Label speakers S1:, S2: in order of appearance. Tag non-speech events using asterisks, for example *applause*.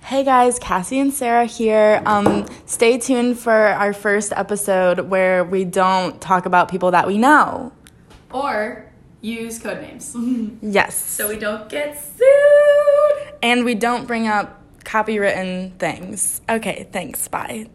S1: Hey guys, Cassie and Sarah here. Um, stay tuned for our first episode where we don't talk about people that we know.
S2: Or use code names.
S1: Yes.
S2: *laughs* so we don't get sued.
S1: and we don't bring up copywritten things. Okay, thanks. Bye.